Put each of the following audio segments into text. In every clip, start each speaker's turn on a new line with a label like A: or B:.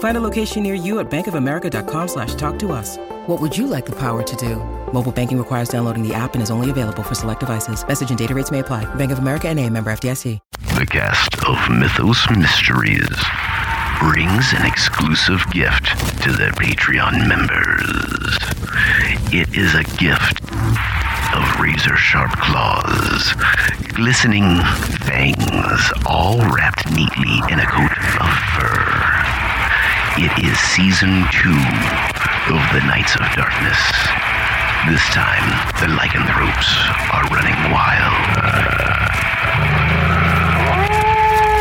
A: Find a location near you at bankofamerica.com slash talk to us. What would you like the power to do? Mobile banking requires downloading the app and is only available for select devices. Message and data rates may apply. Bank of America and a member FDIC.
B: The guest of Mythos Mysteries brings an exclusive gift to their Patreon members. It is a gift of razor sharp claws, glistening fangs, all wrapped neatly in a coat of fur. It is season two of The Knights of Darkness. This time, the lycanthropes are running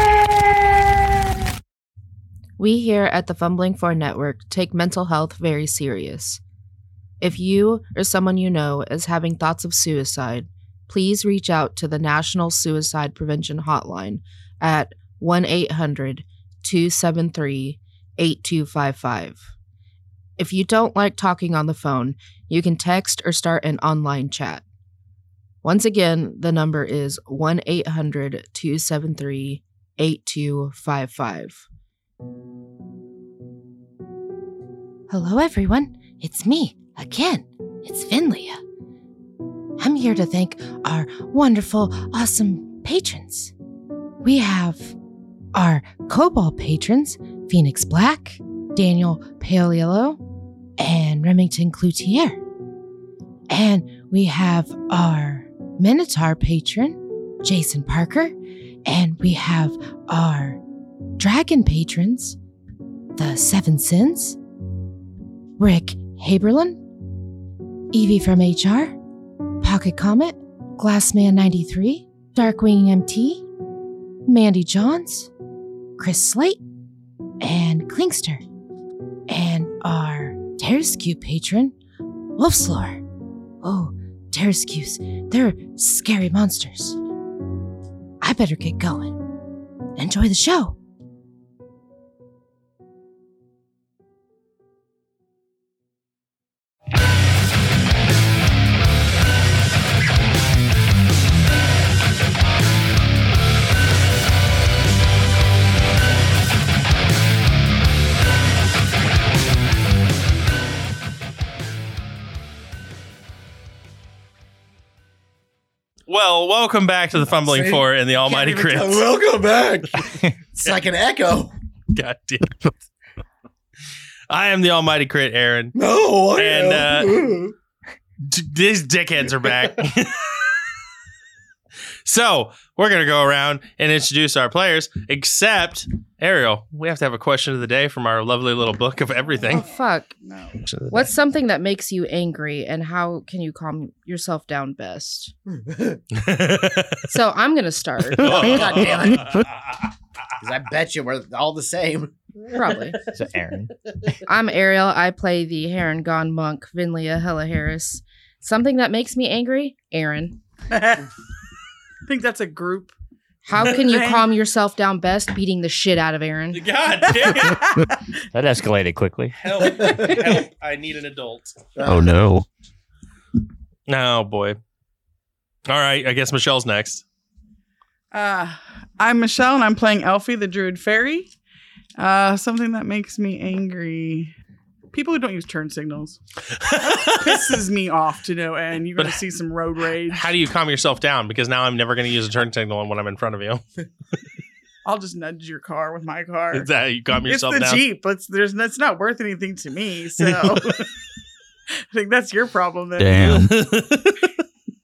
B: wild.
C: We here at the Fumbling For Network take mental health very serious. If you or someone you know is having thoughts of suicide, please reach out to the National Suicide Prevention Hotline at 1 800 273 8255. If you don't like talking on the phone, you can text or start an online chat. Once again, the number is 1 800 273 8255.
D: Hello, everyone. It's me again. It's Finlia. I'm here to thank our wonderful, awesome patrons. We have our Cobalt patrons Phoenix Black, Daniel Pale Yellow, and Remington Cloutier. And we have our Minotaur patron, Jason Parker, and we have our Dragon patrons, the Seven Sins, Rick Haberlin, Evie from HR, Pocket Comet, Glassman93, Darkwing MT, Mandy Johns, Chris Slate, and Klingster, and our Terrascue patron, Wolfslore. Oh, Terrascues, they're scary monsters. I better get going. Enjoy the show.
E: Well, welcome back to the Fumbling
F: See?
E: Four and the
F: Can't
E: Almighty
F: even
E: Crits.
F: tell- Welcome back. it's like an echo.
E: God damn it. I am the Almighty Crit, Aaron.
F: No, I
E: And,
F: am.
E: D- these dickheads are back. so we're gonna go around and introduce our players. Except Ariel, we have to have a question of the day from our lovely little book of
C: Oh,
E: everything.
C: fuck.
F: no.
C: What's something that makes you angry and how can you calm yourself down best?
E: uh,
C: So I'm going to start.
F: Oh, God damn it. 'Cause I bet you we're all the same.
C: Probably.
G: So Aaron,
C: I'm Ariel. I play the Heron Gone Monk, Vinlia Hella Harris. Something that makes me angry? Aaron.
H: I think that's a group.
C: How can you
H: Thank-
C: calm yourself down best? Beating the shit out of Aaron.
E: God damn it.
G: that escalated quickly.
E: Help. Help. I need an adult.
F: Uh,
G: Oh no.
E: Oh boy. All right, I guess Michelle's next.
H: uh, I'm Michelle, and I'm playing Elfie, the Druid Fairy. Uh, something that makes me angry. People who don't use turn signals pisses me off to no end. You're gonna
E: But-
H: see some road rage.
E: How do you calm yourself down? Because now I'm never going to use a turn signal when I'm in front of you.
H: I'll just nudge your car with my car.
E: Is that how you calm
H: it's
E: yourself
H: the
E: down?
H: Jeep. It's there's that's not worth anything to me. So I think that's your problem. Then.
G: Damn.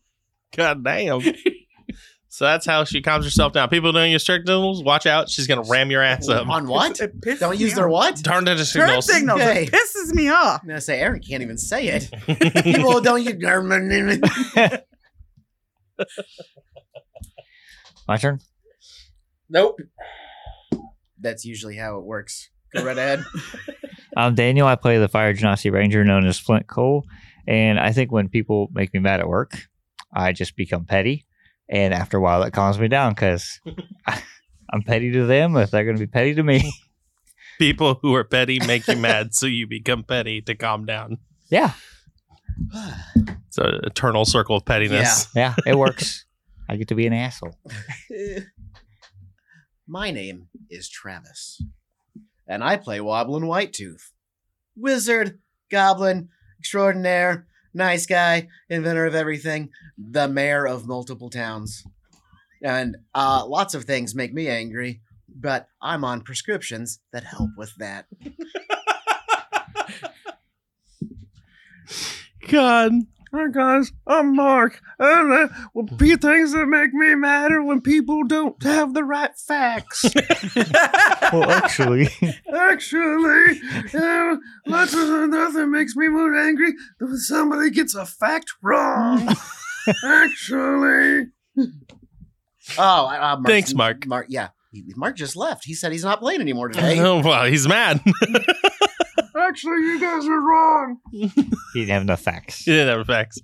E: God damn. So that's how she calms herself down. People don't use turn signals. Watch out. She's going to ram your ass up.
F: On what?
H: It pisses
F: Don't use
H: me
F: their
H: off.
F: what?
E: Turn into
H: Turn
E: signals.
H: signals.
F: Okay.
H: It pisses me off.
F: I'm gonna say Aaron can't even say it. People don't use.
G: My turn.
F: nope. That's usually how it works. Go right ahead.
G: I'm Um, Daniel. I play the Fire Genasi Ranger, known as Flint Cole. And I think when people make me mad at work, I just become petty. And after a while, that calms me down because I'm petty to them if they're going to be petty to me.
E: People who are petty make you mad, so you become petty to calm down.
G: yeah,
E: It's an eternal circle of pettiness.
G: yeah, it works. I get to be an asshole.
F: My name is Travis, and I play Wobblin' Whitetooth. Wizard, goblin, extraordinaire, nice guy, inventor of everything, the mayor of multiple towns. And uh, lots of things make me angry, but I'm on prescriptions that help with that.
E: God. Hi guys, I'm Mark. And uh, well, p- things that make me mad are when people don't have the right facts.
G: Well, actually,
E: Actually, uh, lots of nothing makes me more angry than when somebody gets a fact wrong. Actually,
F: Oh, I- uh, Mark's-
E: Thanks, Mark.
F: Mark, yeah, He- Mark just left. He said he's not playing anymore today.
E: oh wow, he's mad. he
H: Actually, you guys are wrong.
G: he didn't have enough facts.
E: didn't have facts.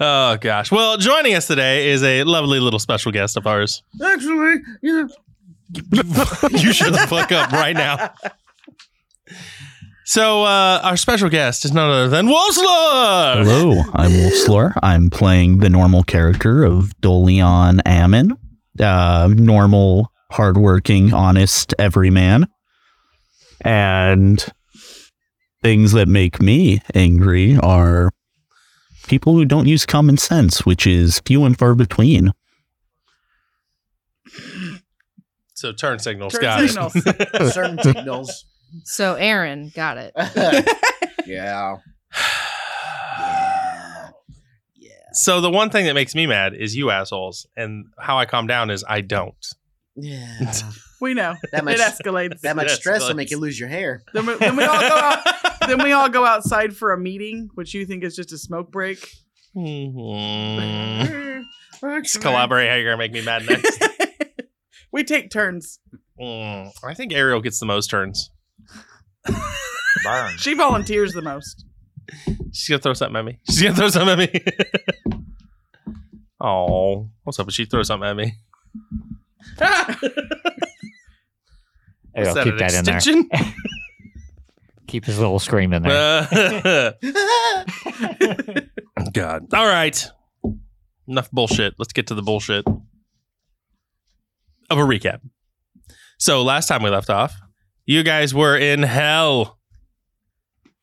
E: Oh gosh. Well, joining us today is a lovely little special guest of ours.
H: Actually, you
E: you shut the fuck up right now. So uh, our special guest is none other than Wolfslor.
I: Hello, I'm Wolfslore. I'm playing the normal character of Doleon Ammon. Uh, normal, hardworking, honest everyman. And things that make me angry are people who don't use common sense, which is few and far between.
E: So turn signals.
H: Turn
E: got it.
H: signals.
F: Certain signals.
C: So Aaron got it.
F: yeah.
E: So the one thing that makes me mad is you assholes, and how I calm down is I don't.
F: Yeah.
H: we know.
F: That
H: it
F: much
H: escalates.
F: that much
E: That's
F: stress will
E: nuts.
F: make you lose your hair.
H: Then we, then we all go out. Then we all go outside for a meeting, which you think is just a smoke break.
E: Mhm. Just
H: Just
E: collaborate how you're gonna make me mad next.
H: eh, we take turns.
E: Mm, I think Ariel gets the most turns.
G: Burn.
H: She volunteers the most.
E: She's gonna throw something at me. She's gonna throw something at me. Oh, what's up? If she throws something at me.
H: Oh,
G: I'll
E: Is
G: keep
E: an
G: that in there.
E: extension?
G: Keep his little scream in there.
E: Uh, God. All right. Enough bullshit. Let's get to the bullshit of a recap. So last time we left off, you guys were in hell.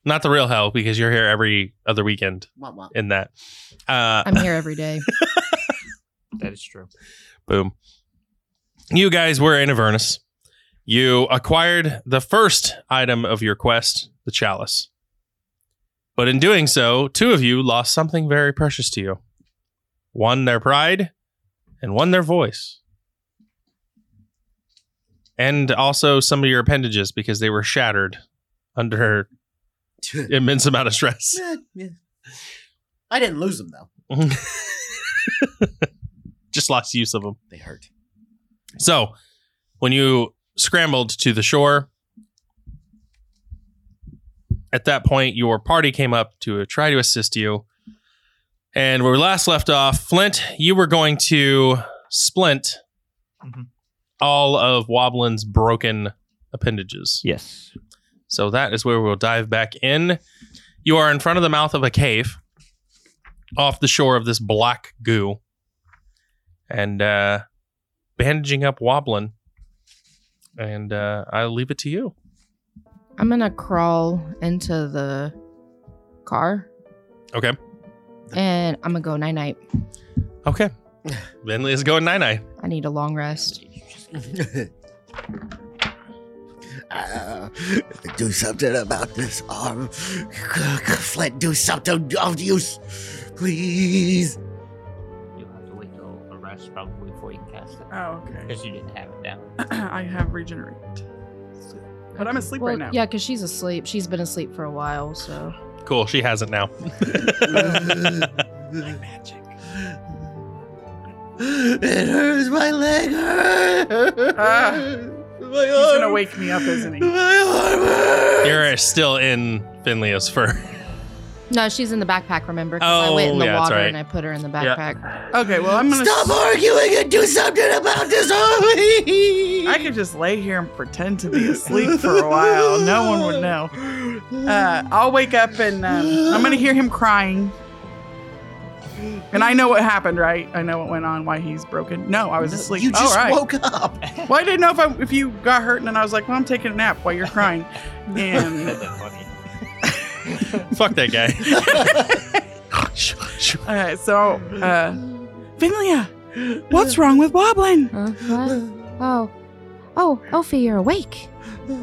E: Not the real hell because you're here every other weekend
F: Womp womp.
E: in that. Uh,
C: I'm here every day.
G: that is true.
E: boom. You guys were in Avernus. You acquired the first item of your quest, the chalice. But in doing so, two of you lost something very precious to you one their pride, and one their voice. And also some of your appendages because they were shattered under immense amount of stress.
F: Yeah, yeah. I didn't lose them though.
E: Just lost use of them.
F: They hurt.
E: So, when you scrambled to the shore, at that point, your party came up to try to assist you. And where we last left off, Flint, you were going to splint
G: Mhm.
E: all of Wobblin's broken appendages.
G: Yes.
E: So that is where we'll dive back in. You are in front of the mouth of a cave off the shore of this black goo. And uh bandaging up wobbling. And uh I'll leave it to you.
C: I'm gonna crawl into the car
E: Okay.
C: and I'm gonna go night night.
E: Okay. Vinley is going nine nine.
C: I need a long rest.
F: Uh, do something about this arm. Flint, do something of use. Please.
G: You'll have to wait till the rest
F: probably before you cast it
H: Oh, okay.
F: because you didn't have it down.
H: I have regenerate. But I'm asleep
J: Well,
H: right now.
J: yeah, because she's asleep. She's been asleep for a while, so.
E: Cool. She has it now.
D: magic. It hurts. My leg hurts.
H: Ah.
D: my
H: He's
D: arm.
H: gonna wake me up, isn't he?
D: My arm hurts.
E: You're still in Finlia's fur.
J: No, she's in the backpack, remember? 'Cause I went in
E: Oh,
J: the
E: yeah, that's
J: water
E: right.
J: and I put her in the
E: Yeah.
J: backpack.
H: Okay, well I'm gonna.
D: Stop arguing and do something about this, homie.
H: I could just lay here and pretend to be asleep for a while. No one would know. Uh, I'll wake up and um, I'm gonna hear him crying. And I know what happened, right? I know what went on, why he's broken. No, I was asleep.
D: You just
H: All right.
D: woke up.
H: Well, I didn't know if I, if you got hurt, and then I was like, "Well, I'm taking a nap while you're crying." And
F: That's funny.
E: Fuck that guy.
H: uh, so, uh, Finlia, what's wrong with Woblin?
C: Huh? What? Oh. Oh, Ophi, you're awake.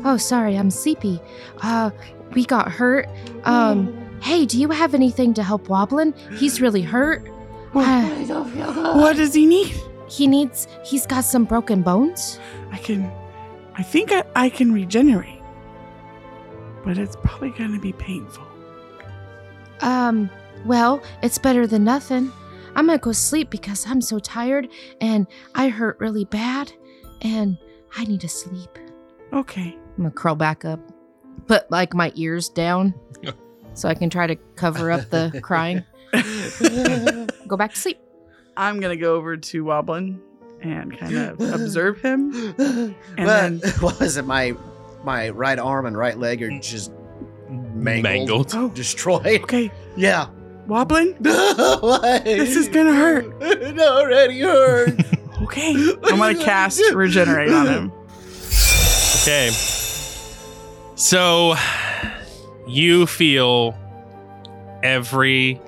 C: Oh, sorry, I'm sleepy. Uh, we got hurt. Um, hey, do you have anything to help Wobblin? He's really hurt. Uh,
H: What does he need?
C: he needs, he's got some broken bones.
H: I can, I think I, I can regenerate, but it's probably gonna be painful.
C: Um, well, it's better than nothing. I'm gonna go sleep because I'm so tired and I hurt really bad and I need to sleep.
H: Okay.
J: I'm going to curl back up, put like my ears down so I can try to cover up the crying. Go back to sleep.
H: I'm gonna go over to Woblin and kind of observe him.
D: but what was it? My my right arm and right leg are just mangled,
E: Mangled.
H: Oh.
D: destroyed.
H: Okay,
D: Yeah.
H: Woblin,
D: Why?
H: this is gonna hurt.
D: It already hurt.
H: Okay, I'm gonna cast regenerate on him.
E: Okay. So you feel every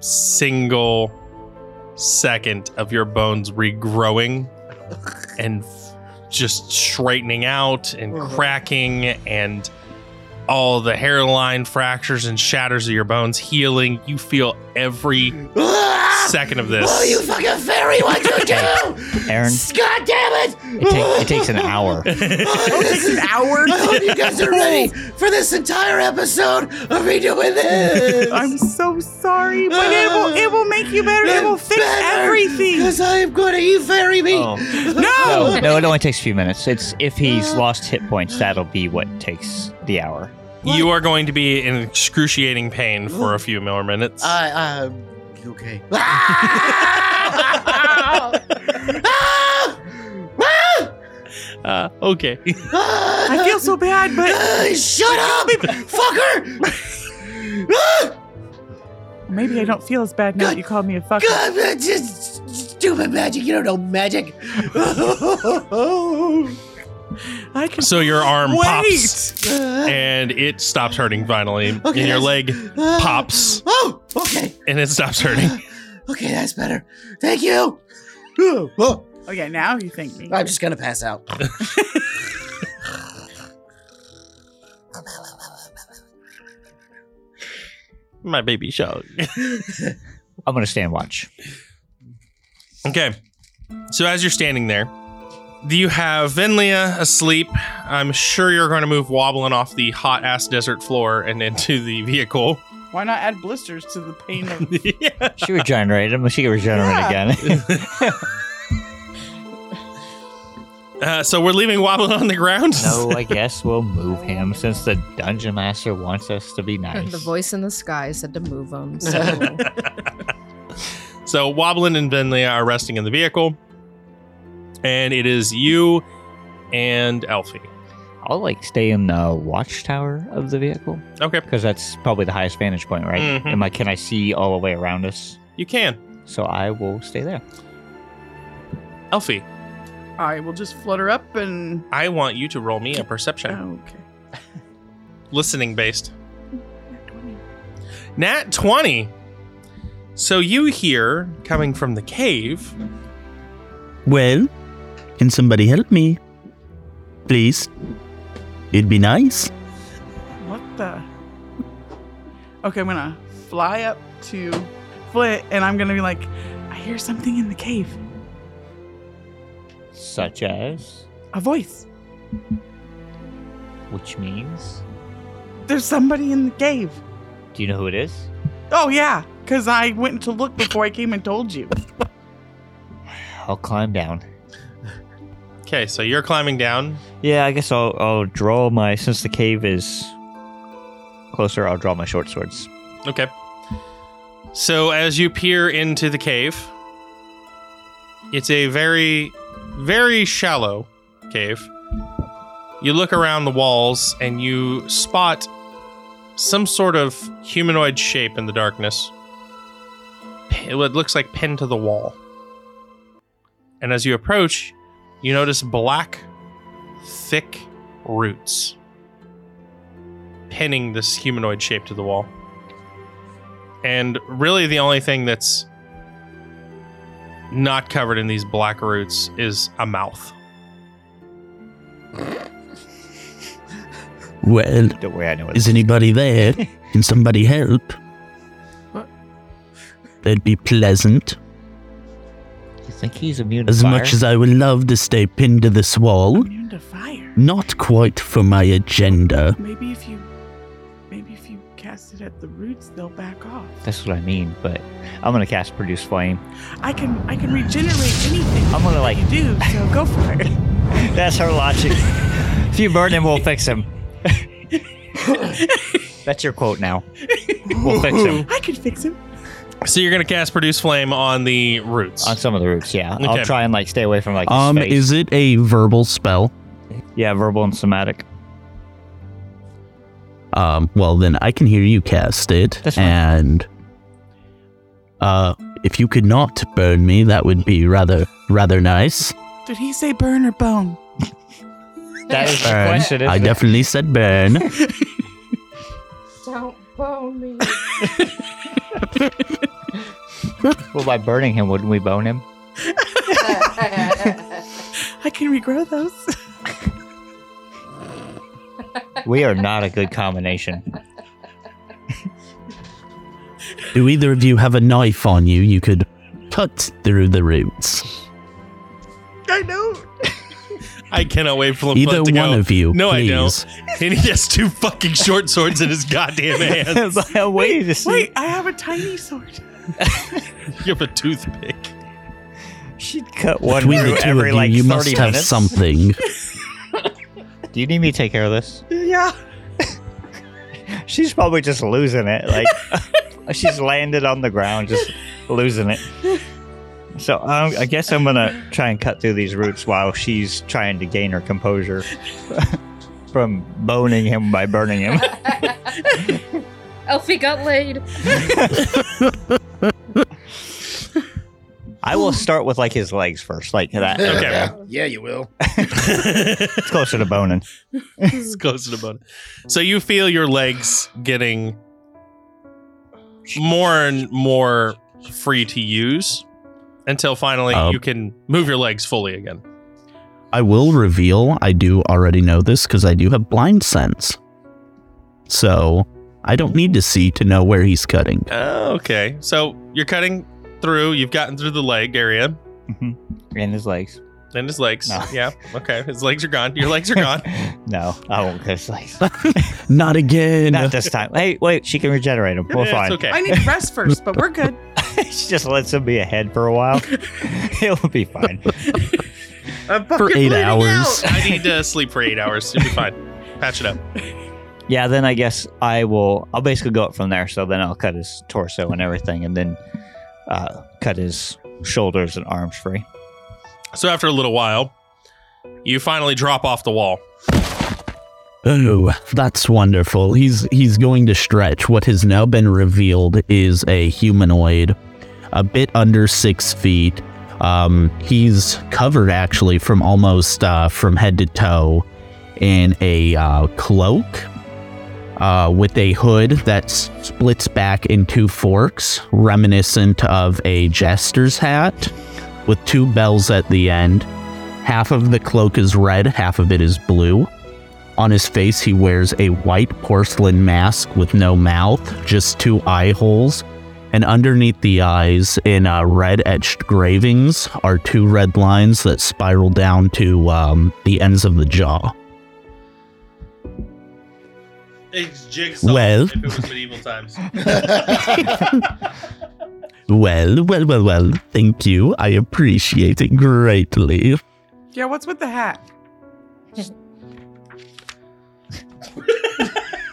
E: single second of your bones regrowing and f- just straightening out and cracking and all the hairline fractures and shatters of your bones healing. You feel every second of this.
D: Oh, you fucking fairy! What'd you do?
G: Aaron,
D: God damn it!
G: it, ta- it takes an hour.
D: takes an hour. I hope you guys are ready for this entire episode of me doing this.
H: I'm so sorry, but it will it will make you better. It will fix everything.
D: Because I am going to eat fairy meat.
G: Oh. No, no, it only takes a few minutes. It's if he's
E: Uh.
G: lost hit points, that'll be what takes the hour.
E: You are going to be in excruciating pain for a few more minutes.
D: I, I'm okay. Ah! Ah! Ah!
E: Uh, okay.
H: I feel so bad, but
D: Ah, Shut up, fucker! Ah!
H: maybe I don't feel as bad now that you called me a fucker.
D: God, that's just stupid magic. You don't know magic. Ah,
H: I can
E: So your arm
H: wait.
E: pops and it stops hurting finally.
D: Okay,
E: and your
D: that's-
E: leg
D: ah.
E: pops
D: Oh, okay.
E: and it stops hurting.
D: Okay, that's better. Thank you. Oh, oh,
H: Okay, now you thank me.
D: I'm just gonna pass out.
E: My baby shark.
G: I'm gonna stand watch.
E: okay. So as you're standing there, you have Venlia asleep. I'm sure you're going to move wobbling off the hot ass desert floor and into the vehicle.
H: Why not add blisters to the pain of
G: She regenerated him. She could regenerate again.
E: Uh, so we're leaving wobbling on the ground.
G: no, I guess we'll move him since the dungeon master wants us to be nice.
J: The voice in the sky said to move them. So.
E: So Wobblin and Venlia are resting in the vehicle, and it is you and Elfie.
G: I'll like stay in the watchtower of the vehicle
E: Okay,
G: because that's probably the highest vantage point, right?
E: Mhm.
G: Am I? Can I see all the way around us?
E: you can.
G: So I will stay there.
E: Elfie,
H: I will just flutter up and
E: I want you to roll me a perception,
H: okay.
E: listening based. Nat twenty. So you hear coming from the cave.
I: Well, can somebody help me? Please. It'd be nice.
H: What the? Okay, I'm gonna fly up to Flit, and I'm gonna be like, I hear something in the cave.
G: Such as,
H: A voice.
G: which means,
H: There's somebody in the cave.
G: do you know who it is?
H: Oh, yeah, because I went to look before I came and told you.
G: I'll climb down.
E: Okay, so you're climbing down.
G: Yeah, I guess I'll, I'll draw my, since the cave is closer, I'll draw my short swords.
E: Okay. So as you peer into the cave, it's a very, very shallow cave. You look around the walls and you spot some sort of humanoid shape in the darkness. It looks like pinned to the wall. And as you approach, you notice black, thick roots pinning this humanoid shape to the wall. And really, the only thing that's not covered in these black roots is a mouth.
I: Well,
G: Don't worry, I know what
I: is anybody there? Can somebody help? That'd be pleasant.
G: You think he's immune to
I: As
G: fire?
I: much as I would love to stay pinned to this wall,
H: Immune to fire.
I: not quite for my agenda.
H: Maybe if you, maybe if you cast it at the roots, they'll back off.
G: That's what I mean, but I'm gonna cast Produce Flame.
H: I can, I can regenerate anything
G: I'm gonna like,
H: you do. So go for it.
G: that's her logic. if you burn him, we'll fix him. that's your quote now. We'll fix him.
H: I could fix him.
E: So you're gonna cast produce flame on the roots.
G: On some of the roots, yeah.
E: Okay.
G: I'll try and like stay away from like his
I: Um,
G: face.
I: is it a verbal spell?
G: yeah, verbal and somatic.
I: Um, well then I can hear you cast it,
G: That's fine.
I: and uh, if you could not burn me, that would be rather rather nice.
H: Did he say burn or bone?
G: That is the
I: Burn.
G: question.
I: I
G: isn't it?
I: definitely said burn.
C: Don't bone me.
G: well, by burning him, wouldn't we bone him?
H: I can regrow those.
G: We are not a good combination.
I: Do either of you have a knife on you? You could cut through the roots.
H: I know.
E: I cannot wait for
I: Either
E: Laflette to
I: one
E: go.
I: of you.
E: No, I
I: please.
E: don't. And he has two fucking short swords in his goddamn hand.
G: Wait to see.
H: Wait, I have a tiny sword.
E: You have a toothpick.
G: She'd cut one
I: Between
G: through
I: the two
G: every
I: of you,
G: like
I: you
G: 30
I: must have
G: minutes.
I: something.
G: Do you need me to take care of this?
H: Yeah.
G: She's probably just losing it. Like she's landed on the ground, just losing it. So um, I guess I'm gonna try and cut through these roots while she's trying to gain her composure from boning him by burning him.
C: Elfie got laid.
G: I will start with like his legs first, like that.
E: Okay.
D: Yeah, you will.
G: It's closer to boning.
E: It's close to the bone. So you feel your legs getting more and more free to use until finally
I: Um,
E: you can move your legs fully again.
I: I will reveal I do already know this because I do have blind sense. So I don't need to see to know where he's cutting.
E: Oh, okay. So you're cutting through. You've gotten through the leg area.
G: Mhm. And his legs.
E: And his legs.
G: No.
E: Yeah. Okay. His legs are gone. Your legs are gone.
G: No, I won't cut his legs.
I: Not again.
G: Not this time. Hey, wait, she can regenerate him. We're
E: Yeah,
G: fine.
E: It's okay.
H: I need rest first, but we're good.
G: she just lets him be ahead for a while. It'll be fine.
H: I'm
I: For
H: fucking
I: eight
H: bleeding
I: hours.
H: out.
E: I need to sleep for eight hours. You'll be fine. Patch it up.
G: Yeah, then I guess I will. I'll basically go up from there. So then I'll cut his torso and everything, and then uh, cut his shoulders and arms free.
E: So after a little while, you finally drop off the wall.
I: Oh, that's wonderful. He's he's going to stretch. What has now been revealed is a humanoid, a bit under six feet. Um, he's covered actually from almost uh, from head to toe in a uh, cloak uh, with a hood that splits back in two forks, reminiscent of a jester's hat, with two bells at the end. Half of the cloak is red, half of it is blue. On his face, he wears a white porcelain mask with no mouth, just two eye holes, And underneath the eyes, in uh, red etched gravings, are two red lines that spiral down to um, the ends of the jaw.
E: It's jigsaw.
I: Well.
E: if it was medieval times.
I: Well, well, well, well. Thank you. I appreciate it greatly.
H: Yeah, what's with the hat?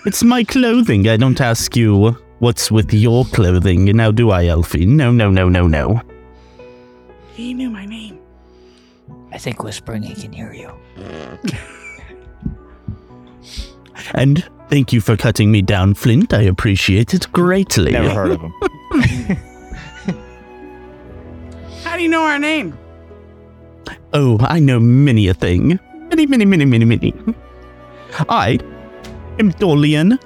I: It's my clothing. I don't ask you what's with your clothing. Now, do I, Elfie? No, no, no, no, no.
H: He knew my name.
F: I think whispering he can hear you.
I: And thank you for cutting me down, Flint. I appreciate it greatly.
G: Never heard of him.
H: How do you know our name?
I: Oh, I know many a thing. Many, many, many, many, many. I am Dolian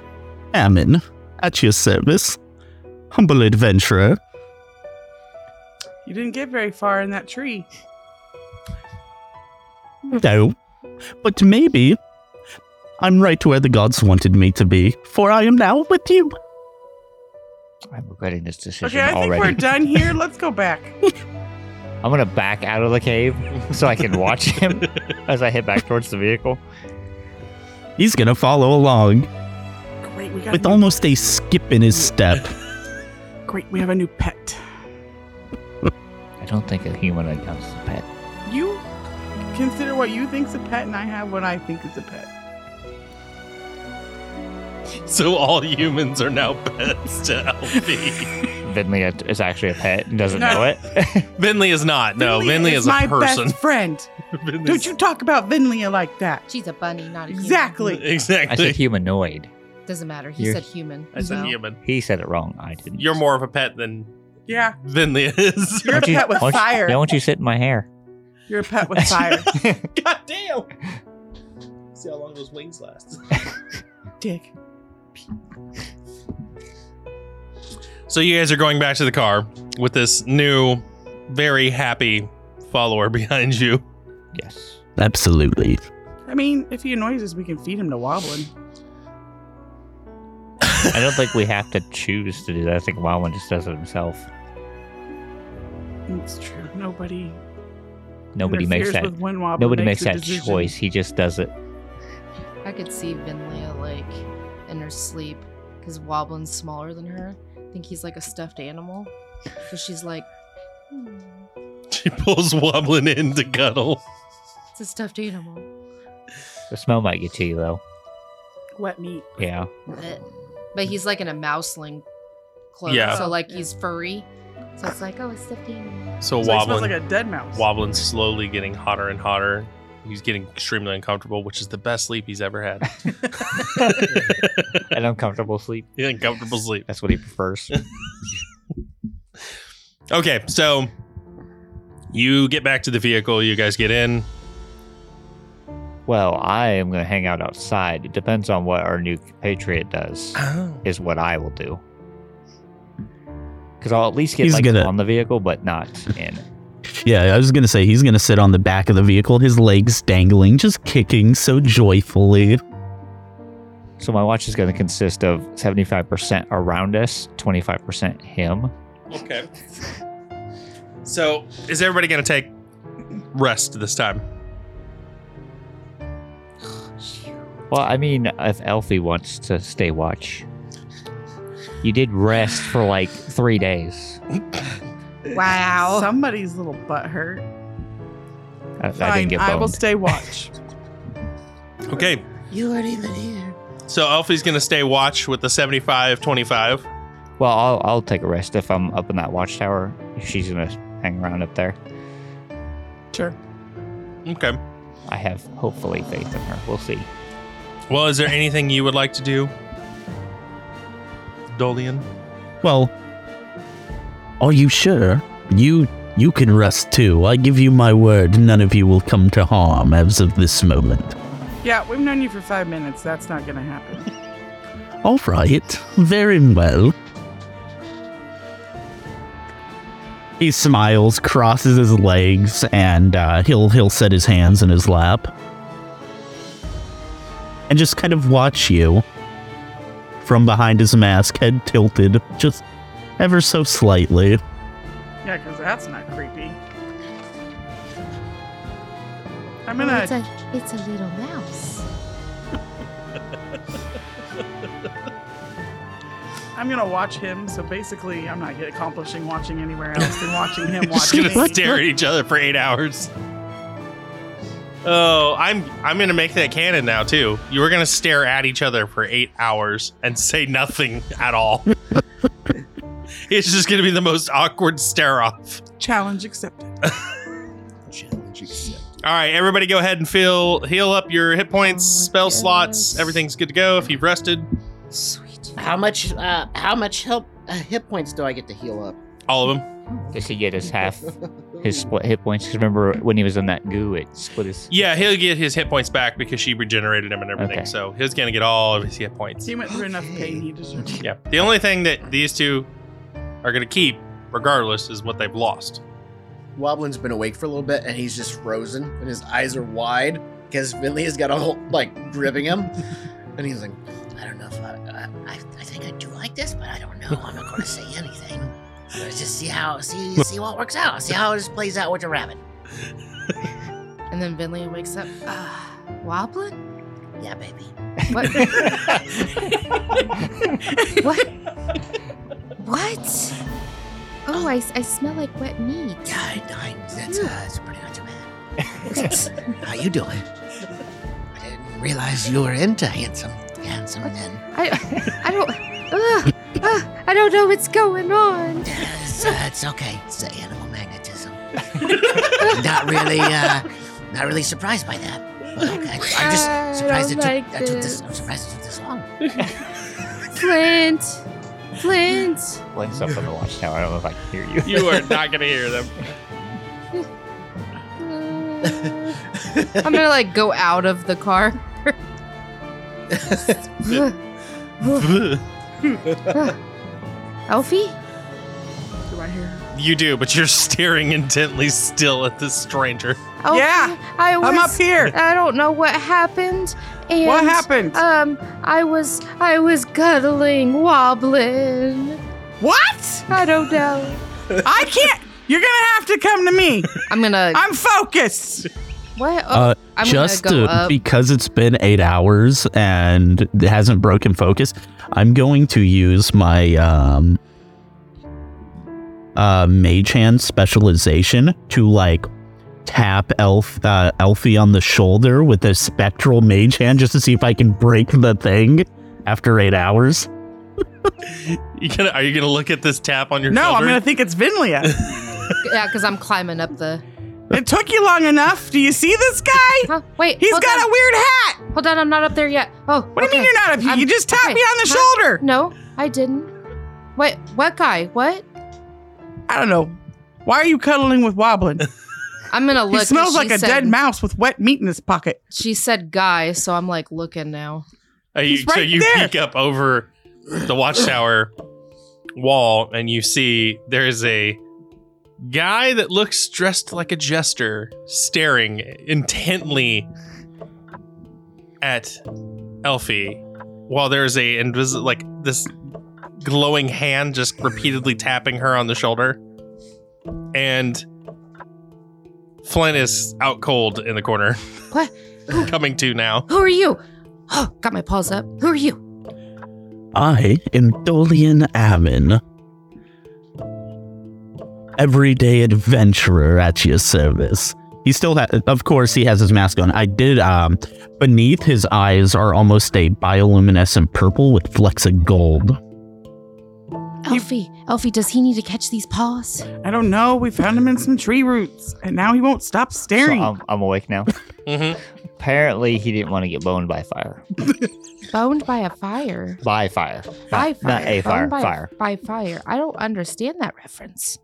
I: Ammon, at your service. Humble adventurer.
H: You didn't get very far in that tree. Hmm.
I: No. But maybe I'm right where the gods wanted me to be, for I am now with you.
G: I'm regretting this decision
H: Okay, I think
G: already.
H: we're done here. Let's go back.
G: I'm gonna back out of the cave so I can watch him as I head back towards the vehicle.
I: He's gonna follow along
H: Great, we got
I: with
H: a new,
I: almost a skip in his step.
H: great. We have a new pet.
G: I don't think a human counts as a pet.
H: You consider what you think's a pet, and I have what I think is a pet.
E: so all humans are now pets to Elfie.
G: Vinley at- is actually a pet and doesn't
H: No.
G: know it.
E: Vinley is not. No, Vinley is,
H: my
E: a person.
H: best friend.
E: Vinley's-
H: Don't you talk about Vinley like that.
C: She's a bunny, not a human.
H: Exactly.
G: I
E: Exactly.
G: said humanoid.
C: Doesn't matter. He
G: You're-
C: said human.
E: I said
C: Well,
E: human.
G: He said it wrong. I didn't.
E: You're more of a pet than
H: Yeah,
E: Vinley is.
H: You're a
G: Why don't
H: pet with
G: why don't
H: fire.
G: yeah, why don't you sit in my hair?
H: you're a pet with fire.
E: God damn. See how long those wings last.
H: Dick.
E: So you guys are going back to the car with this new, very happy follower behind you.
G: yes.
I: Absolutely.
H: I mean, if he annoys us, we can feed him to Wobbling.
G: I don't think we have to choose to do that. I think Wildman just does it himself.
H: It's true. Nobody.
G: Nobody makes
H: interferes
G: that.
H: With when Wobbling
G: Nobody makes
H: makes, a
G: that
H: decision.
G: choice. He just does it.
J: I could see Vinlia like in her sleep because Wobblin's smaller than her. I think he's like a stuffed animal. So she's like, "Hmm,
E: She pulls wobbling in to cuddle.
J: it's a stuffed animal.
G: The smell might get to you though.
H: Wet meat.
G: Yeah.
J: Blech. But he's like in a mouseling cloak.
E: Yeah.
J: So like he's furry. So it's like, oh, a stuffed animal.
H: So
E: So
H: he
E: wobbling,
H: smells like a dead mouse.
E: wobbling's slowly getting hotter and hotter. He's getting extremely uncomfortable, which is the best sleep he's ever had.
G: An uncomfortable sleep.
E: uncomfortable sleep.
G: That's what he prefers.
E: Okay, so you get back to the vehicle. You guys get in.
G: well, I am gonna hang out outside. It depends on what our new patriot does.
E: Oh.
G: is what I will do. Because I'll at least get
I: He's
G: like
I: gonna-
G: on the vehicle, but not in. it.
I: Yeah, I was gonna say he's gonna sit on the back of the vehicle, his legs dangling, just kicking so joyfully.
G: So my watch is going to consist of seventy five percent around us, twenty five percent him.
E: Okay. So is everybody going to take rest this time?
G: Well, I mean, if Elfie wants to stay watch, you did rest for like three days.
C: Wow.
H: Somebody's little butt hurt.
G: I, I
H: Fine,
G: didn't get
H: I
G: boned.
H: will stay watch.
E: Okay.
D: You aren't even here.
E: So Elfie's going to stay watch with the 75 25.
G: well, I'll I'll take a rest if I'm up in that watchtower. She's going to hang around up there.
H: sure.
E: Okay.
G: I have hopefully faith in her. We'll see.
E: Well, is there anything you would like to do, Dolian?
I: Well, are you sure? You you can rest too. I give you my word, none of you will come to harm as of this moment.
H: Yeah, we've known you for five minutes. That's not gonna happen.
I: All right, very well. He smiles, crosses his legs, and uh, he'll he'll set his hands in his lap and just kind of watch you from behind his mask, head tilted, just ever so slightly.
H: Yeah, because that's not creepy. I'm
C: Oh,
H: gonna.
C: it's a it's a little mouse.
H: I'm gonna watch him. So basically, I'm not accomplishing watching anywhere else than watching him watch
E: Just gonna
H: me.
E: stare at each other for eight hours. Oh, I'm I'm gonna make that canon now too. You were gonna stare at each other for eight hours and say nothing at all. it's just gonna be the most awkward stare off.
H: Challenge accepted.
D: Challenge accepted.
E: All right, everybody, go ahead and fill heal up your hit points, spell slots. Everything's good to go if you've rested.
D: How much? Uh, how much help? Uh, hit points do I get to heal up?
E: All of them.
G: Does he get his half his split hit points? 'Cause remember when he was in that goo, it split his.
E: Yeah, he'll get his hit points back because she regenerated him and everything.
G: Okay.
E: So he's gonna get all of his hit points.
H: He went through enough pain. He deserved. it.
E: Yeah. The only thing that these two are going to keep, regardless, is what they've lost.
D: Woblin's been awake for a little bit and he's just frozen and his eyes are wide because Finley has got a whole like gripping him, and he's like,
F: I don't know if I, I, I, I think I do like this, but I don't know. I'm not going to say anything. Let's just see how see see what works out. See how this plays out with the rabbit.
J: And then Vinley wakes up. Ah,
C: Wobbling?
F: Yeah, baby.
C: What? what? What? Oh, I, s- I smell like wet meat.
F: Yeah, I, I, that's uh, that's pretty much a man. how you doing? I didn't realize you were into handsome handsome men.
C: I I don't. Ugh, ugh, I don't know what's going on.
F: Yeah, It's, uh, it's okay. It's the animal magnetism. not really. Uh, not really surprised by that. But okay, I'm just
C: I
F: surprised
C: don't
F: it
C: like
F: took. that took
C: this.
F: this. I'm surprised it took this long.
C: Flint, Flint.
G: Lights up on the watchtower. I don't know if I can hear you.
E: You are not going to hear them.
C: Uh,
J: I'm gonna like go out of the car.
C: ugh, ugh. Elfie?
H: Do I hear? Her?
E: you do, but you're staring intently still at this stranger.
C: Elfie,
H: Yeah,
C: I was.
H: I'm up here.
C: I don't know what happened. And,
H: What happened?
C: Um, I was I was cuddling, wobbling.
H: what?
C: I don't know.
H: I can't. You're gonna have to come to me.
J: I'm gonna.
H: I'm focused.
J: what? Oh,
I: Uh,
J: I'm
I: just
J: gonna go
I: to-
J: up.
I: because it's been eight hours and it hasn't broken focus, I'm going to use my um, uh, mage hand specialization to like tap Elf uh, Elfie on the shoulder with a spectral mage hand just to see if I can break the thing after eight hours.
E: You gonna, are you going to look at this tap on your
H: No, I'm
E: shoulder?
H: gonna think it's Vinlia.
J: yeah, because I'm climbing up the.
H: it took you long enough. Do you see this guy?
C: Huh? Wait,
H: He's
C: hold
H: got
C: on.
H: a weird hat.
C: Hold on, I'm not up there yet. Oh,
H: What do you mean
C: okay.
H: you're not up here?
C: I'm-
H: you just tapped
C: okay.
H: me on the
C: Huh?
H: shoulder.
C: No, I didn't. Wait, what guy? What?
H: I don't know. Why are you cuddling with Wobbling?
J: I'm gonna look.
H: he
J: 'cause
H: smells
J: she
H: like a
J: said-
H: dead mouse with wet meat in his pocket.
J: She said guy, so I'm like looking now.
E: Are Uh, you,
H: He's
E: so
H: right
E: you
H: there.
E: peek up over the watchtower wall and you see there is a guy that looks dressed like a jester staring intently at Elfie while there's a invisible like this glowing hand just repeatedly tapping her on the shoulder and Flynn is out cold in the corner
C: What?
E: coming to now
C: Who are you? Oh, got my paws up. Who are you?
I: I am Dolian Ammon, everyday adventurer at your service. He still has, of course, he has his mask on. I did, um, beneath his eyes are almost a bioluminescent purple with flecks of gold.
C: Elfie, Elfie, does he need to catch these paws?
H: I don't know. We found him in some tree roots, and now he won't stop
G: So
H: staring.
G: I'm, I'm awake now.
E: Mhm.
G: Apparently, he didn't want to get boned by fire.
C: Boned by a fire.
G: By fire.
C: By fire.
G: Not- Not a
C: Boned
G: fire.
C: by,
G: Fire.
C: By fire. I don't understand that reference.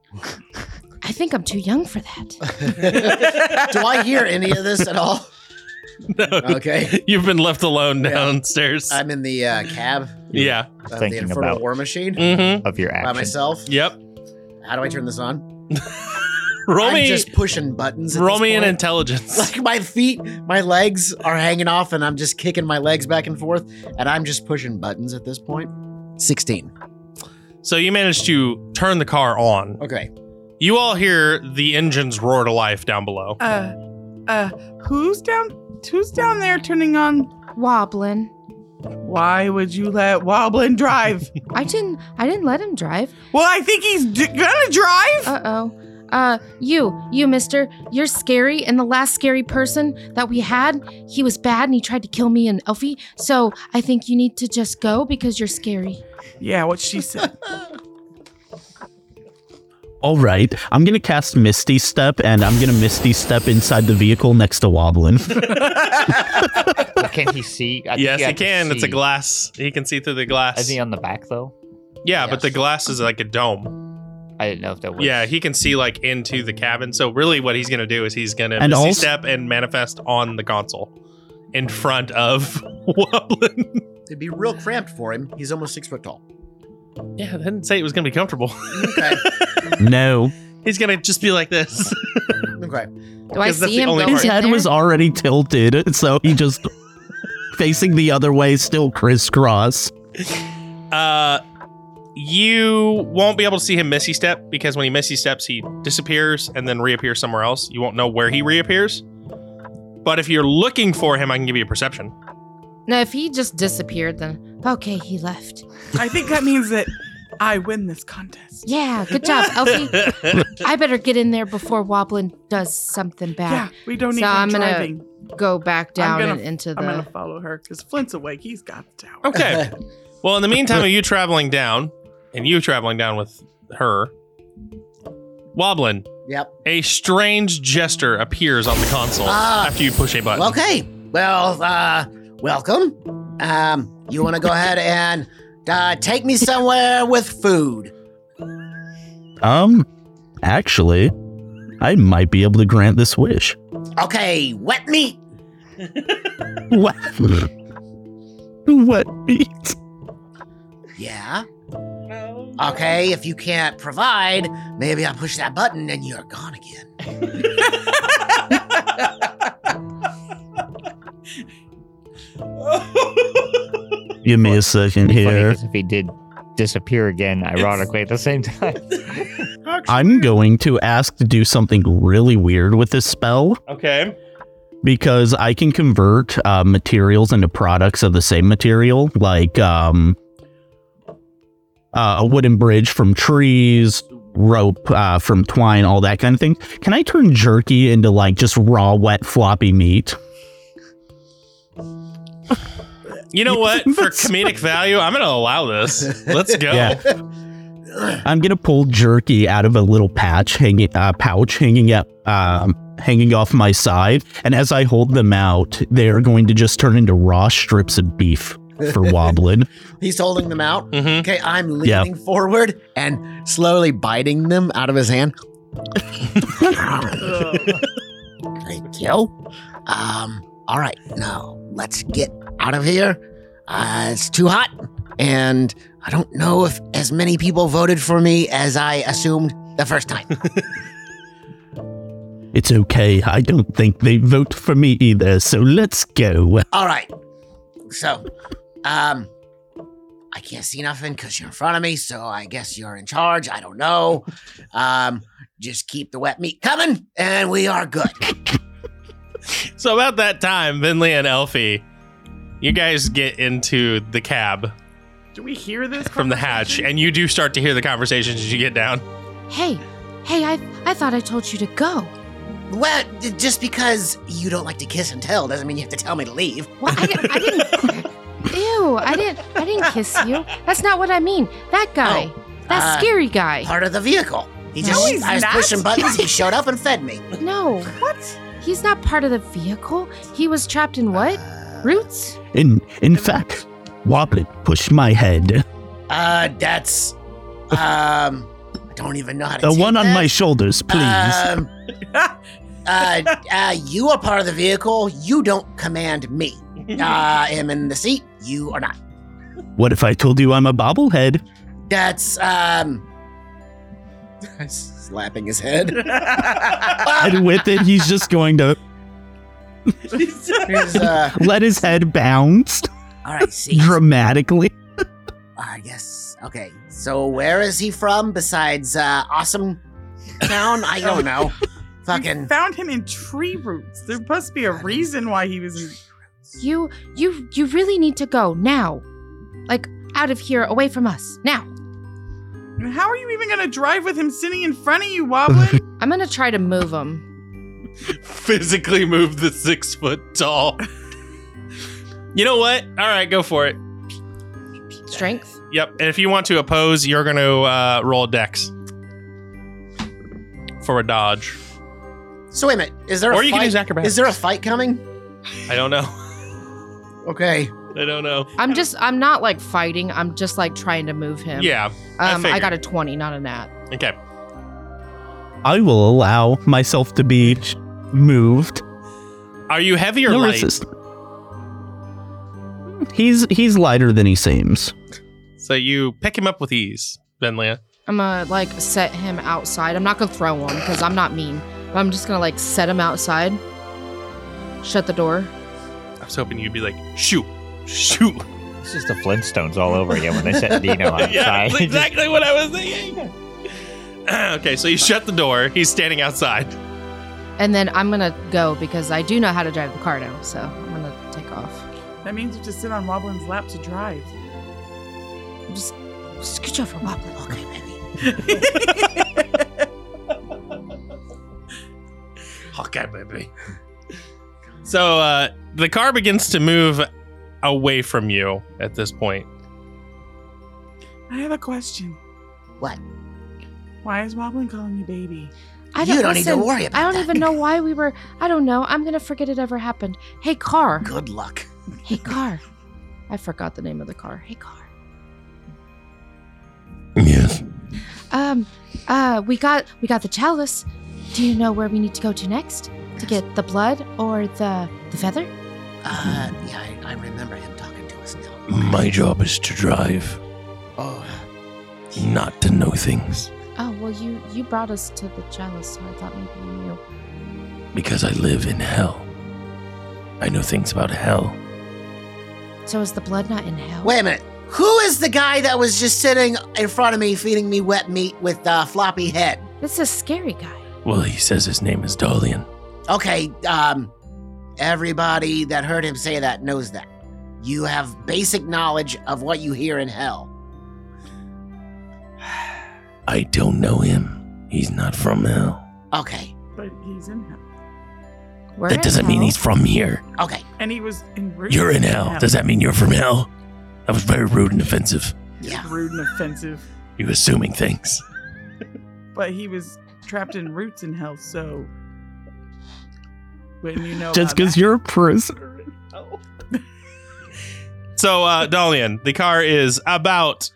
C: I think I'm too young for that.
D: "Do I hear any of this at all?"
E: No.
D: Okay,
E: You've been left alone
D: Yeah.
E: downstairs.
D: I'm in the uh, cab
E: yeah.
D: of the
G: Thinking
D: Infernal
G: about-
D: War Machine
E: Mm-hmm.
G: Of your
D: by
G: action.
D: myself.
E: Yep.
D: How do I turn this on?
E: Roll
D: I'm
E: me,
D: just pushing buttons. At
E: roll
D: this
E: me an
D: point.
E: intelligence.
D: like my feet, my legs are hanging off, and I'm just kicking my legs back and forth, and I'm just pushing buttons at this point. Sixteen.
E: So you manage to turn the car on.
D: Okay.
E: You all hear the engines roar to life down below.
I: Oh.
H: Uh, uh, who's down? Who's down there turning on?
C: Wobbling.
H: Why would you let Wobblin drive?
C: I didn't. I didn't let him drive.
H: well, I think he's d- gonna drive.
C: Uh oh. Uh, you, you, mister, you're scary, and the last scary person that we had, he was bad and he tried to kill me and Elfie, so I think you need to just go because you're scary.
H: yeah, what she said.
I: All right, I'm gonna cast Misty Step, and I'm gonna Misty Step inside the vehicle next to Wobbling.
G: can he see? I
E: yes,
G: think you
E: he
G: have to
E: can. It's a
G: see.
E: glass. He can see through the glass.
G: Is he on the back though?
E: yeah, but
G: Yes.
E: the glass is like a dome.
G: I didn't know if that was.
E: Yeah, he can see like into the cabin. So really, what he's gonna do is he's gonna
I: And
E: misty
I: also-
E: step and manifest on the console in front of Wobblin.
D: It'd be real cramped for him. He's almost six foot tall.
E: Yeah, I didn't say it was gonna be comfortable.
D: Okay.
I: no,
E: he's gonna just be like this.
D: okay.
C: Do I
E: Because that's
C: see
E: the
C: him
E: only
C: going
I: his
E: part.
C: in
I: head
C: there?
I: was already tilted, so he just facing the other way, still crisscross.
E: Uh, you won't be able to see him missy step because when he missy steps, he disappears and then reappears somewhere else. You won't know where he reappears. But if you're looking for him, I can give you a perception.
C: No, if he just disappeared, then okay, he left.
H: I think that means that I win this contest.
C: Yeah, good job, Elfie. I better get in there before Wobbling does something
H: Yeah,
C: bad.
H: we don't
C: So
H: need him
C: I'm gonna-
H: driving.
C: Go back down
H: gonna-
C: and into the.
H: I'm gonna follow her because Flint's awake. He's got the tower.
E: Okay. well, in the meantime, of you traveling down and you traveling down with her, Woblin,
D: Yep.
E: a strange gesture appears on the console
F: Ah.
E: after you push a button.
F: Okay.
D: Well, uh, welcome. Um, you want to go ahead and uh, take me somewhere with food?
I: Um, actually, I might be able to grant this wish.
F: Okay, wet meat.
I: What? what?
F: Yeah. Okay, if you can't provide, maybe I'll push that button and you're gone again.
I: Give me a second
G: It'd be funny
I: here.
G: 'cause if he did disappear again, ironically at the same time.
I: I'm going to ask to do something really weird with this spell
E: Okay.
I: because I can convert uh, materials into products of the same material, like um, uh, a wooden bridge from trees, rope uh, from twine, all that kind of thing. Can I turn jerky into like just raw, wet, floppy meat?
E: You know what? For
I: That's-
E: comedic value, I'm going to allow this. Let's go.
I: Yeah. I'm gonna pull jerky out of a little patch hanging uh, pouch hanging up um, hanging off my side, and as I hold them out, they are going to just turn into raw strips of beef for wobbling.
D: He's holding them out.
E: hmm
D: Okay, I'm leaning forward and slowly biting them out of his hand.
F: Thank you. Um, all right, now let's get out of here. Uh, it's too hot, and I don't know if as many people voted for me as I assumed the first time.
I: It's okay. I don't think they vote for me either, so let's go.
F: All right. So, um, I can't see nothing because you're in front of me, so I guess you're in charge. I don't know. Um, just keep the wet meat coming, and we are good.
E: So about that time, Vinley and Elfie, you guys get into the cab
H: Do we hear this
E: from the hatch,
H: conversation?
E: and you do start to hear the conversations as you get down.
C: hey, hey, I I thought I told you to go.
F: well, d- just because you don't like to kiss and tell doesn't mean you have to tell me to leave.
C: Well, I, di- I didn't. Ew! I didn't. I didn't kiss you. That's not what I mean. That guy. that
F: uh,
C: scary guy.
F: Part of the vehicle. He just,
H: No, he's
F: I was
H: not.
F: pushing buttons. He showed up and fed me.
C: No. What? He's not part of the vehicle. He was trapped in what?
F: Uh,
C: Roots?
I: In in fact, Wobblet pushed my head.
F: Uh, that's, um, I don't even know how to.
I: The
F: take
I: one on
F: that.
I: my shoulders, please.
F: Um, uh, uh, you are part of the vehicle. You don't command me. I am in the seat. You are not.
I: what if I told you I'm a bobblehead?
F: That's um.
D: Slapping his head.
I: And with it, he's just going to
D: Here's, uh,
I: let his head bounce
F: All right. See.
I: dramatically.
F: I guess. Ah, Okay, so where is he from besides uh, awesome town? I
E: Oh,
F: don't know.
H: We
F: Fucking
H: found him in tree roots. There must be a reason why he was. in-
C: You, you, you really need to go now. Like, out of here, away from us, now.
H: And How are you even gonna drive with him sitting in front of you, Wobbling?
J: I'm gonna try to move him.
E: Physically move the six foot tall. you know what? All right, go for it.
J: Strength.
E: Yep. And if you want to oppose, you're going to uh, roll dex for a dodge.
F: so wait a minute. Is there a
E: Or you
F: fight?
E: can use acrobatics.
F: Is there a fight coming?
E: I don't know.
F: Okay.
E: I don't know.
J: I'm just. I'm not like fighting. I'm just like trying to move him.
E: Yeah. I
J: Um, I,
E: figured.
J: got a twenty, not a nat.
E: Okay.
I: I will allow myself to be moved.
E: Are you heavy or
I: No
E: light?
I: resist- He's he's lighter than he seems.
E: So you pick him up with ease, Benlia.
J: I'm gonna like set him outside. I'm not gonna throw him because I'm not mean. But I'm just gonna like set him outside. Shut the door.
E: I was hoping you'd be like, shoot, shoot.
G: It's just the Flintstones all over again when they set Dino outside.
E: yeah, that's
G: Just-
E: exactly what I was thinking. okay, so you shut the door. He's standing outside.
J: And then I'm gonna go because I do know how to drive the car now. So I'm gonna take off.
H: That means you have to sit on Wobbling's lap to drive.
J: Just scooch over, Wobbly.
F: Okay, baby.
E: Okay, baby. So uh, the car begins to move away from you at this point.
H: I have a question.
F: What?
H: Why is Wobbling calling you baby?
C: I
F: You don't need to
C: listen,
F: worry about
C: I don't
F: that.
C: even know why we were. I don't know. I'm gonna forget it ever happened. Hey, car.
F: Good luck.
C: Hey, car. I forgot the name of the car. Hey, car.
K: Yes.
C: Um, uh, we got we got the chalice. Do you know where we need to go to next to get the blood or the the feather?
F: Uh, yeah, I, I remember him talking to us now.
K: My job is to drive,
F: Oh,
K: not to know things,
C: Oh well, you you brought us to the chalice, so I thought maybe you knew.
K: because I live in hell. I know things about hell.
C: So is the blood not in hell?
F: wait a minute. Who is the guy that was just sitting in front of me feeding me wet meat with uh, floppy head?
C: This is a scary guy.
K: Well, he says his name is Dolian.
F: Okay, um, everybody that heard him say that knows that. You have basic knowledge of what you hear in hell.
K: I don't know him. He's not from hell.
F: Okay,
H: But he's in hell.
C: We're in
K: that doesn't mean
C: hell.
K: he's from here.
F: okay.
H: And he was in rude.
K: You're in hell. Does that mean you're from hell? That was very rude and offensive.
F: Yeah.
H: rude and offensive?
K: You assuming things.
H: But he was trapped in roots in hell, so. When you know.
I: Just
H: about
I: because
H: that-
I: you're a prisoner.
E: So, uh, Dalian, the car is about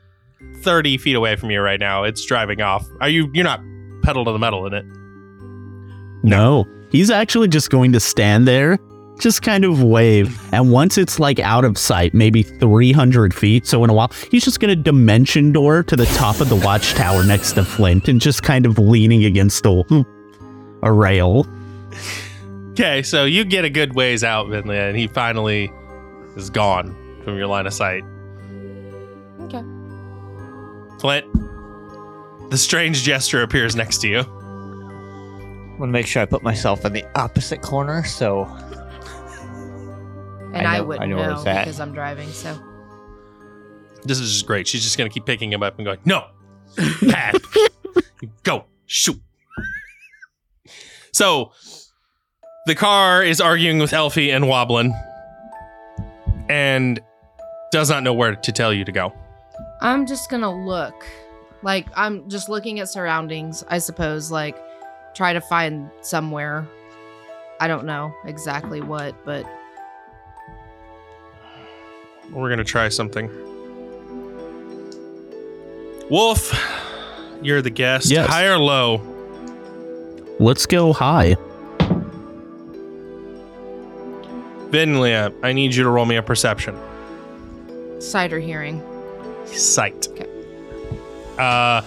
E: 30 feet away from you right now. It's driving off. Are you, you're not pedal to the metal in it.
I: No, he's actually just going to stand there, just kind of wave. And once it's like out of sight, maybe 300 feet, so in a while, he's just going to dimension door to the top of the watchtower next to Flint and just kind of leaning against the hmm, a rail.
E: Okay, so you get a good ways out, Vinlia, and he finally is gone from your line of sight.
J: Okay.
E: Flint, the strange gesture appears next to you.
G: I'm gonna make sure I put myself in the opposite corner. So
J: And I,
G: know-
J: wouldn't
G: I know
J: know,
G: where it's at.
J: because I'm driving. So
E: This is just great. She's just going to keep picking him up and going, no, pass, go, shoot. So the car is arguing with Elfie and Wobbling and does not know where to tell you to go.
J: I'm just gonna look. Like I'm just looking at surroundings, I suppose, like try to find somewhere. I don't know exactly what, but
E: We're gonna try something. Wolf, you're the guest.
I: Yes.
E: High or low?
I: Let's go high.
E: Vinlia, I need you to roll me a perception.
J: sight or hearing.
E: Sight.
J: Okay.
E: Uh,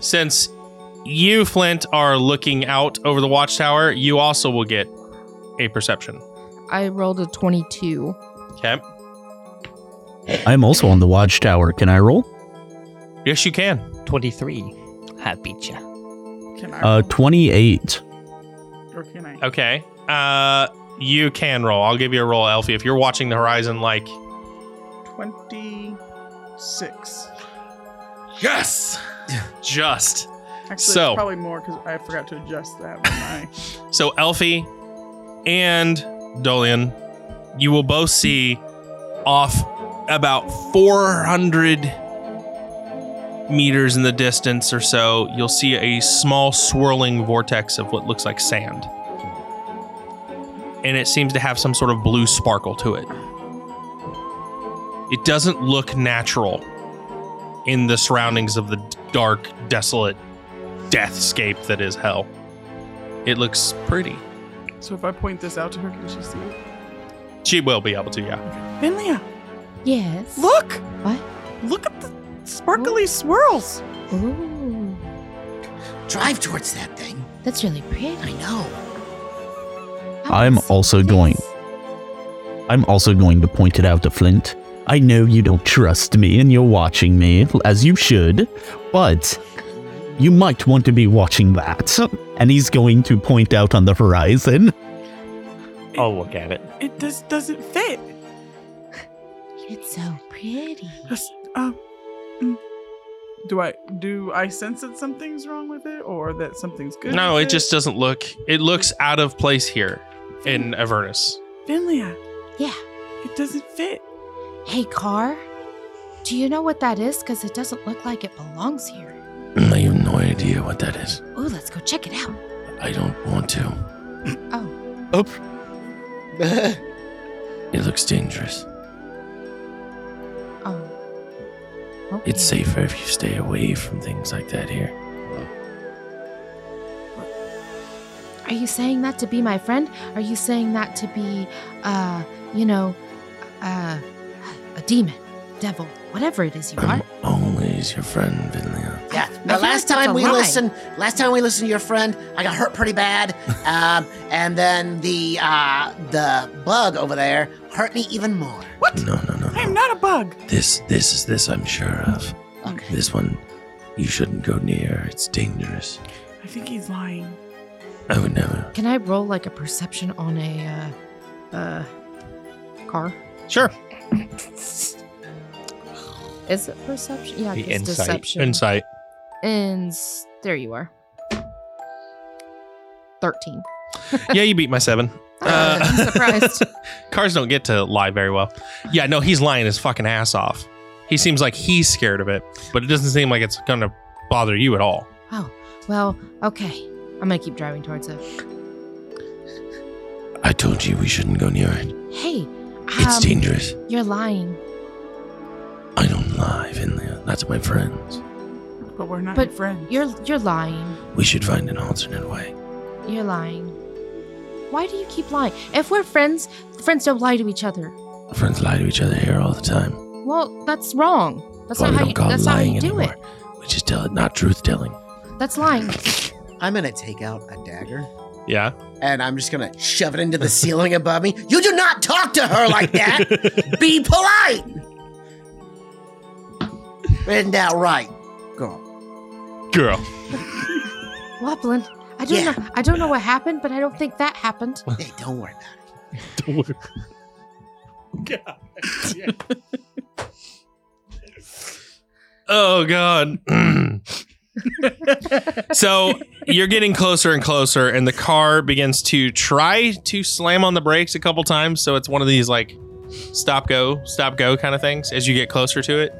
E: since you, Flint, are looking out over the watchtower, you also will get a perception.
J: I rolled a 22.
E: Okay.
I: I'm also on the watchtower. Can I roll?
E: Yes, you can.
G: 23. I beat ya.
H: Can I?
I: Uh, 28.
H: roll, or can I?
E: Okay. Uh, you can roll. I'll give you a roll, Elfie. If you're watching the horizon, like
H: 26.
E: yes, just
H: Actually,
E: So-
H: it's probably more because I forgot to adjust that when I.
E: So Elfie and Dolian, you will both see off about 400 meters in the distance or so, you'll see a small swirling vortex of what looks like sand. And it seems to have some sort of blue sparkle to it. It doesn't look natural in the surroundings of the dark, desolate deathscape that is hell. It looks pretty.
H: So if I point this out to her, can she see it?
E: She will be able to, yeah.
H: Finlia,
C: Yes.
H: look!
C: What?
H: Look at the sparkly swirls!
C: Ooh,
F: Drive towards that thing.
C: that's really pretty. Oh,
F: I know.
C: I
I: I'm
C: wanna see
I: also
C: this.
I: going. I'm also going to point it out to Flint. I know you don't trust me and you're watching me, as you should, but you might want to be watching that. And he's going to point out on the horizon.
G: I'll look at it.
H: It just doesn't fit.
C: It's so pretty.
H: Just, um, mm. do I do I sense that something's wrong with it, or that something's good?
E: No,
H: with
E: it just doesn't look. It looks out of place here in Avernus.
H: Finlia.
C: Yeah.
H: It doesn't fit.
C: Hey, car. Do you know what that is? Because it doesn't look like it belongs here.
K: I have no idea what that is.
C: Ooh, let's go check it out.
K: I don't want to. It looks dangerous.
C: Oh. Okay.
K: It's safer if you stay away from things like that here.
C: Are you saying that to be my friend? Are you saying that to be, uh, you know, uh, a demon, devil, whatever it is you are?
K: I'm always your friend, Vinlia.
F: Yeah.
C: I
F: The
C: feel
F: last
C: like that's
F: time
C: a
F: we
C: lie.
F: listened, last time we listened to your friend, I got hurt pretty bad. Um, and then the uh, the bug over there hurt me even more.
K: No, no, no,
H: I am
K: no.
H: not a bug.
K: This, this is this I'm sure of.
F: Okay.
K: This one, you shouldn't go near. It's dangerous.
H: I think he's lying.
K: I would never.
C: Can I roll like a perception on a, uh, uh, car?
E: Sure.
C: Is it perception? Yeah,
G: The
C: it's
G: insight.
C: deception.
E: Insight.
C: Ins- there you are. 13.
E: Yeah, you beat my seven. Uh,
C: Ah, surprised.
E: Cars don't get to lie very well. Yeah, no, he's lying his fucking ass off. He seems like he's scared of it, but it doesn't seem like it's gonna bother you at all.
C: Oh, well, okay. I'm gonna keep driving towards it.
K: I told you we shouldn't go near it.
C: Hey,
K: It's
C: um,
K: dangerous.
C: you're lying.
K: I don't lie, Vinlia. That's my friends.
H: But we're not
C: But
H: friends.
C: You're you're lying.
K: We should find an alternate way.
C: You're lying. Why do you keep lying? If we're friends, friends don't lie to each other.
K: Friends lie to each other here all the time.
C: Well, that's wrong. That's not
K: Well,
C: how
K: we don't
C: you,
K: call
C: that's
K: it
C: not how
K: lying
C: you do
K: anymore. We just tell it, not truth telling.
C: it. That's lying.
F: I'm gonna take out a dagger
E: Yeah.
F: and I'm just gonna shove it into the ceiling above me. You do not talk to her like that. Be polite. Isn't that right, girl?
E: Girl.
C: Wobbling. I don't
F: Yeah.
C: know. I don't know what happened, but I don't think that happened.
F: Hey, don't worry about
E: Oh god. so you're getting closer and closer, and the car begins to try to slam on the brakes a couple times. So it's one of these like stop go, stop go kind of things as you get closer to it.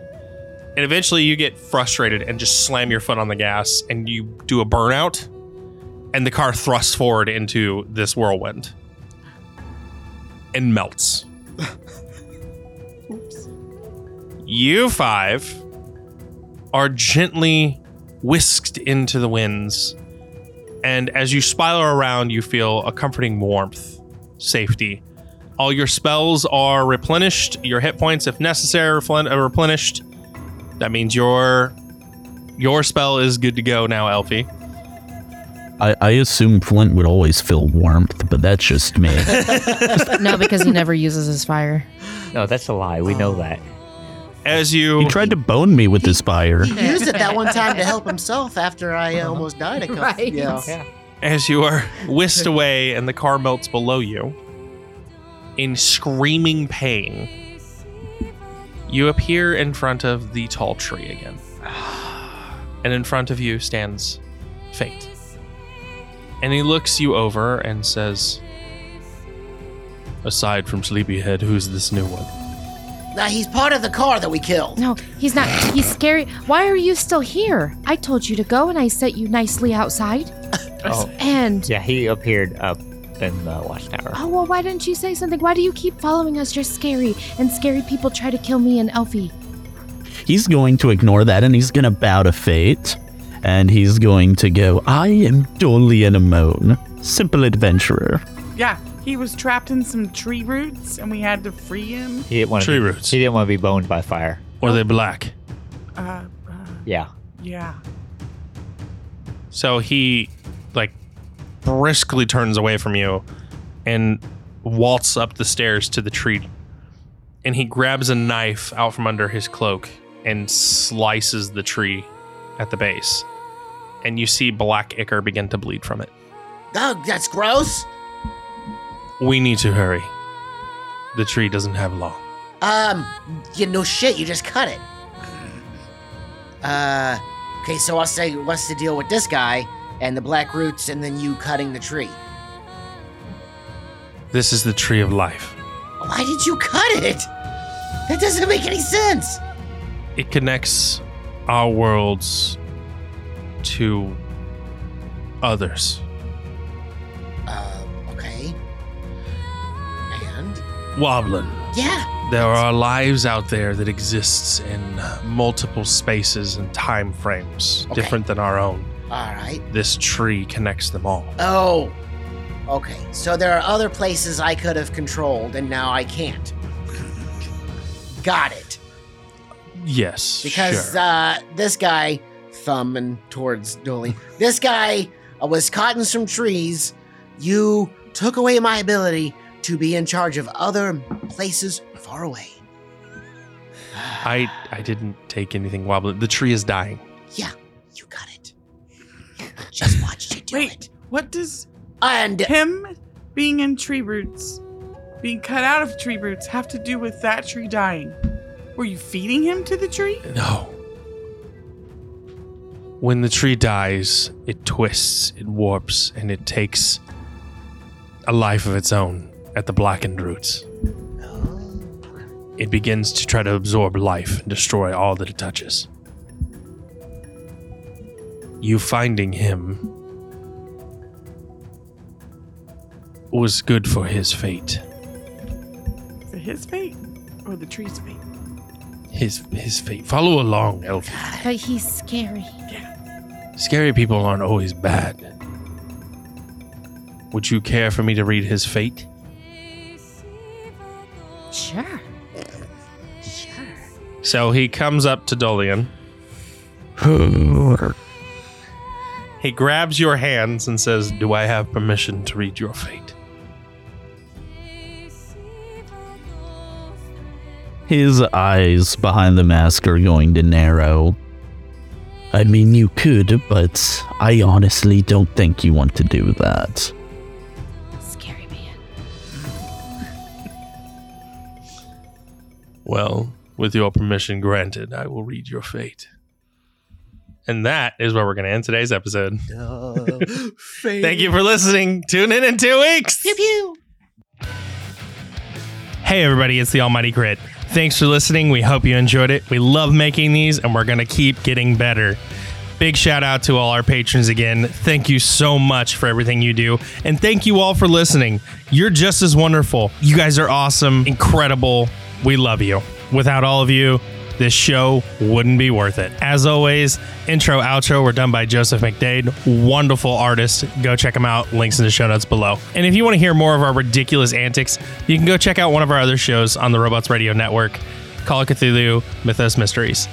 E: And eventually you get frustrated and just slam your foot on the gas and you do a burnout, and the car thrusts forward into this whirlwind and melts. You five are gently whisked into the winds. And as you spiral around, you feel a comforting warmth, safety. All your spells are replenished, your hit points, if necessary, are replen- are replenished. That means your your spell is good to go now, Elfie.
I: I, I assume Flint would always feel warmth, but that's just me.
C: no, because he never uses his fire.
G: No, that's a lie. We know that.
E: as you
I: He tried to bone me with his fire.
D: He used it that one time to help himself after I
F: Uh-huh.
D: uh, almost died. A couple,
J: Right.
D: Yeah.
E: as you are whisked away and the car melts below you in screaming pain you appear in front of the tall tree again and in front of you stands fate and he looks you over and says aside from sleepyhead who's this new one
F: Uh, he's part of the car that we killed.
C: No, he's not. He's scary. Why are you still here? I told you to go and I set you nicely outside.
G: Oh.
C: And,
G: Yeah, he appeared up uh, in the watchtower.
C: oh, well, why didn't you say something? Why do you keep following us? You're scary. And scary people try to kill me and Elfie.
I: He's going to ignore that and he's going to bow to fate. And he's going to go, I am Dolian Amon, simple adventurer.
H: Yeah, he was trapped in some tree roots, and we had to free him.
G: He didn't want
E: Tree
G: to be,
E: roots.
G: He didn't want to be boned by fire.
E: or they black
H: Uh, uh,
G: Yeah.
H: yeah.
E: So he like briskly turns away from you and waltz up the stairs to the tree. And he grabs a knife out from under his cloak and slices the tree at the base. And you see black ichor begin to bleed from it.
F: Oh, that's gross.
E: We need to hurry. The tree doesn't have long.
F: Um, you no shit. You just cut it. Uh, okay. So I'll say, what's the deal with this guy and the black roots, and then you cutting the tree?
E: This is the tree of life.
F: Why did you cut it? That doesn't make any sense.
E: It connects our worlds to others.
F: Uh, okay. And
E: Woblin.
F: yeah,
E: There are lives out there that exists in uh, multiple spaces and time frames
F: Okay.
E: different than our own.
F: all right.
E: This tree connects them all.
F: Oh, okay. So there are other places I could have controlled, and now I can't. Got it.
E: Yes.
F: Because
E: sure.
F: uh, this guy, thumbing towards Dolly, this guy uh, was caught in some trees. You took away my ability to be in charge of other places far away.
E: I I didn't take anything wobbling. The tree is dying.
F: You got it. Just watched you do
H: Wait,
F: it.
H: what does
F: And
H: him being in tree roots, being cut out of tree roots, have to do with that tree dying? Were you feeding him to the tree?
E: No. When the tree dies, it twists, it warps, and it takes a life of its own at the blackened roots. It begins to try to absorb life and destroy all that it touches. You finding him was good for his fate.
H: Is it his fate or the tree's fate?
E: His his fate. Follow along, Elfie.
C: But he's scary.
E: Scary people aren't always bad. Would you care for me to read his fate?
C: Sure.
E: So he comes up to Dolian. He grabs your hands and says, Do I have permission to read your fate?
I: His eyes behind the mask are going to narrow. I mean, you could, but I honestly don't think you want to do that.
C: Scary man.
E: Well, with your permission granted, I will read your fate. And that is where we're going to end today's episode. Thank you for listening. Tune in in two weeks. Hey, everybody, it's the Almighty Crit. Thanks for listening. We hope you enjoyed it. We love making these, and we're going to keep getting better. Big shout out to all our patrons again. Thank you so much for everything you do. And thank you all for listening. You're just as wonderful. You guys are awesome, incredible. We love you. Without all of you, this show wouldn't be worth it. As always, intro, outro were done by Joseph McDade, wonderful artist. Go check him out. Links in the show notes below. And if you want to hear more of our ridiculous antics, you can go check out one of our other shows on the Robots Radio Network Call of Cthulhu, Mythos Mysteries,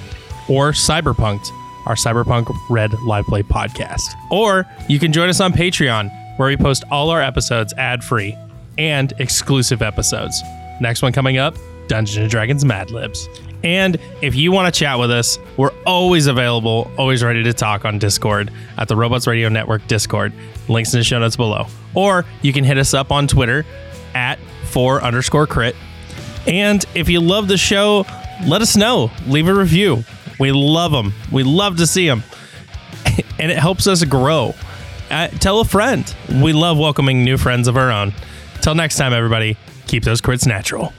E: or Cyberpunked, our Cyberpunk Red Live Play podcast. Or you can join us on Patreon, where we post all our episodes ad free and exclusive episodes. Next one coming up Dungeons and Dragons Mad Libs. And if you want to chat with us, we're always available, always ready to talk on Discord at the Robots Radio Network Discord. Links in the show notes below. Or you can hit us up on Twitter at four underscore crit. And if you love the show, let us know. Leave a review. We love them. We love to see them and it helps us grow. Uh, tell a friend. We love welcoming new friends of our own. Till next time, everybody, keep those crits natural.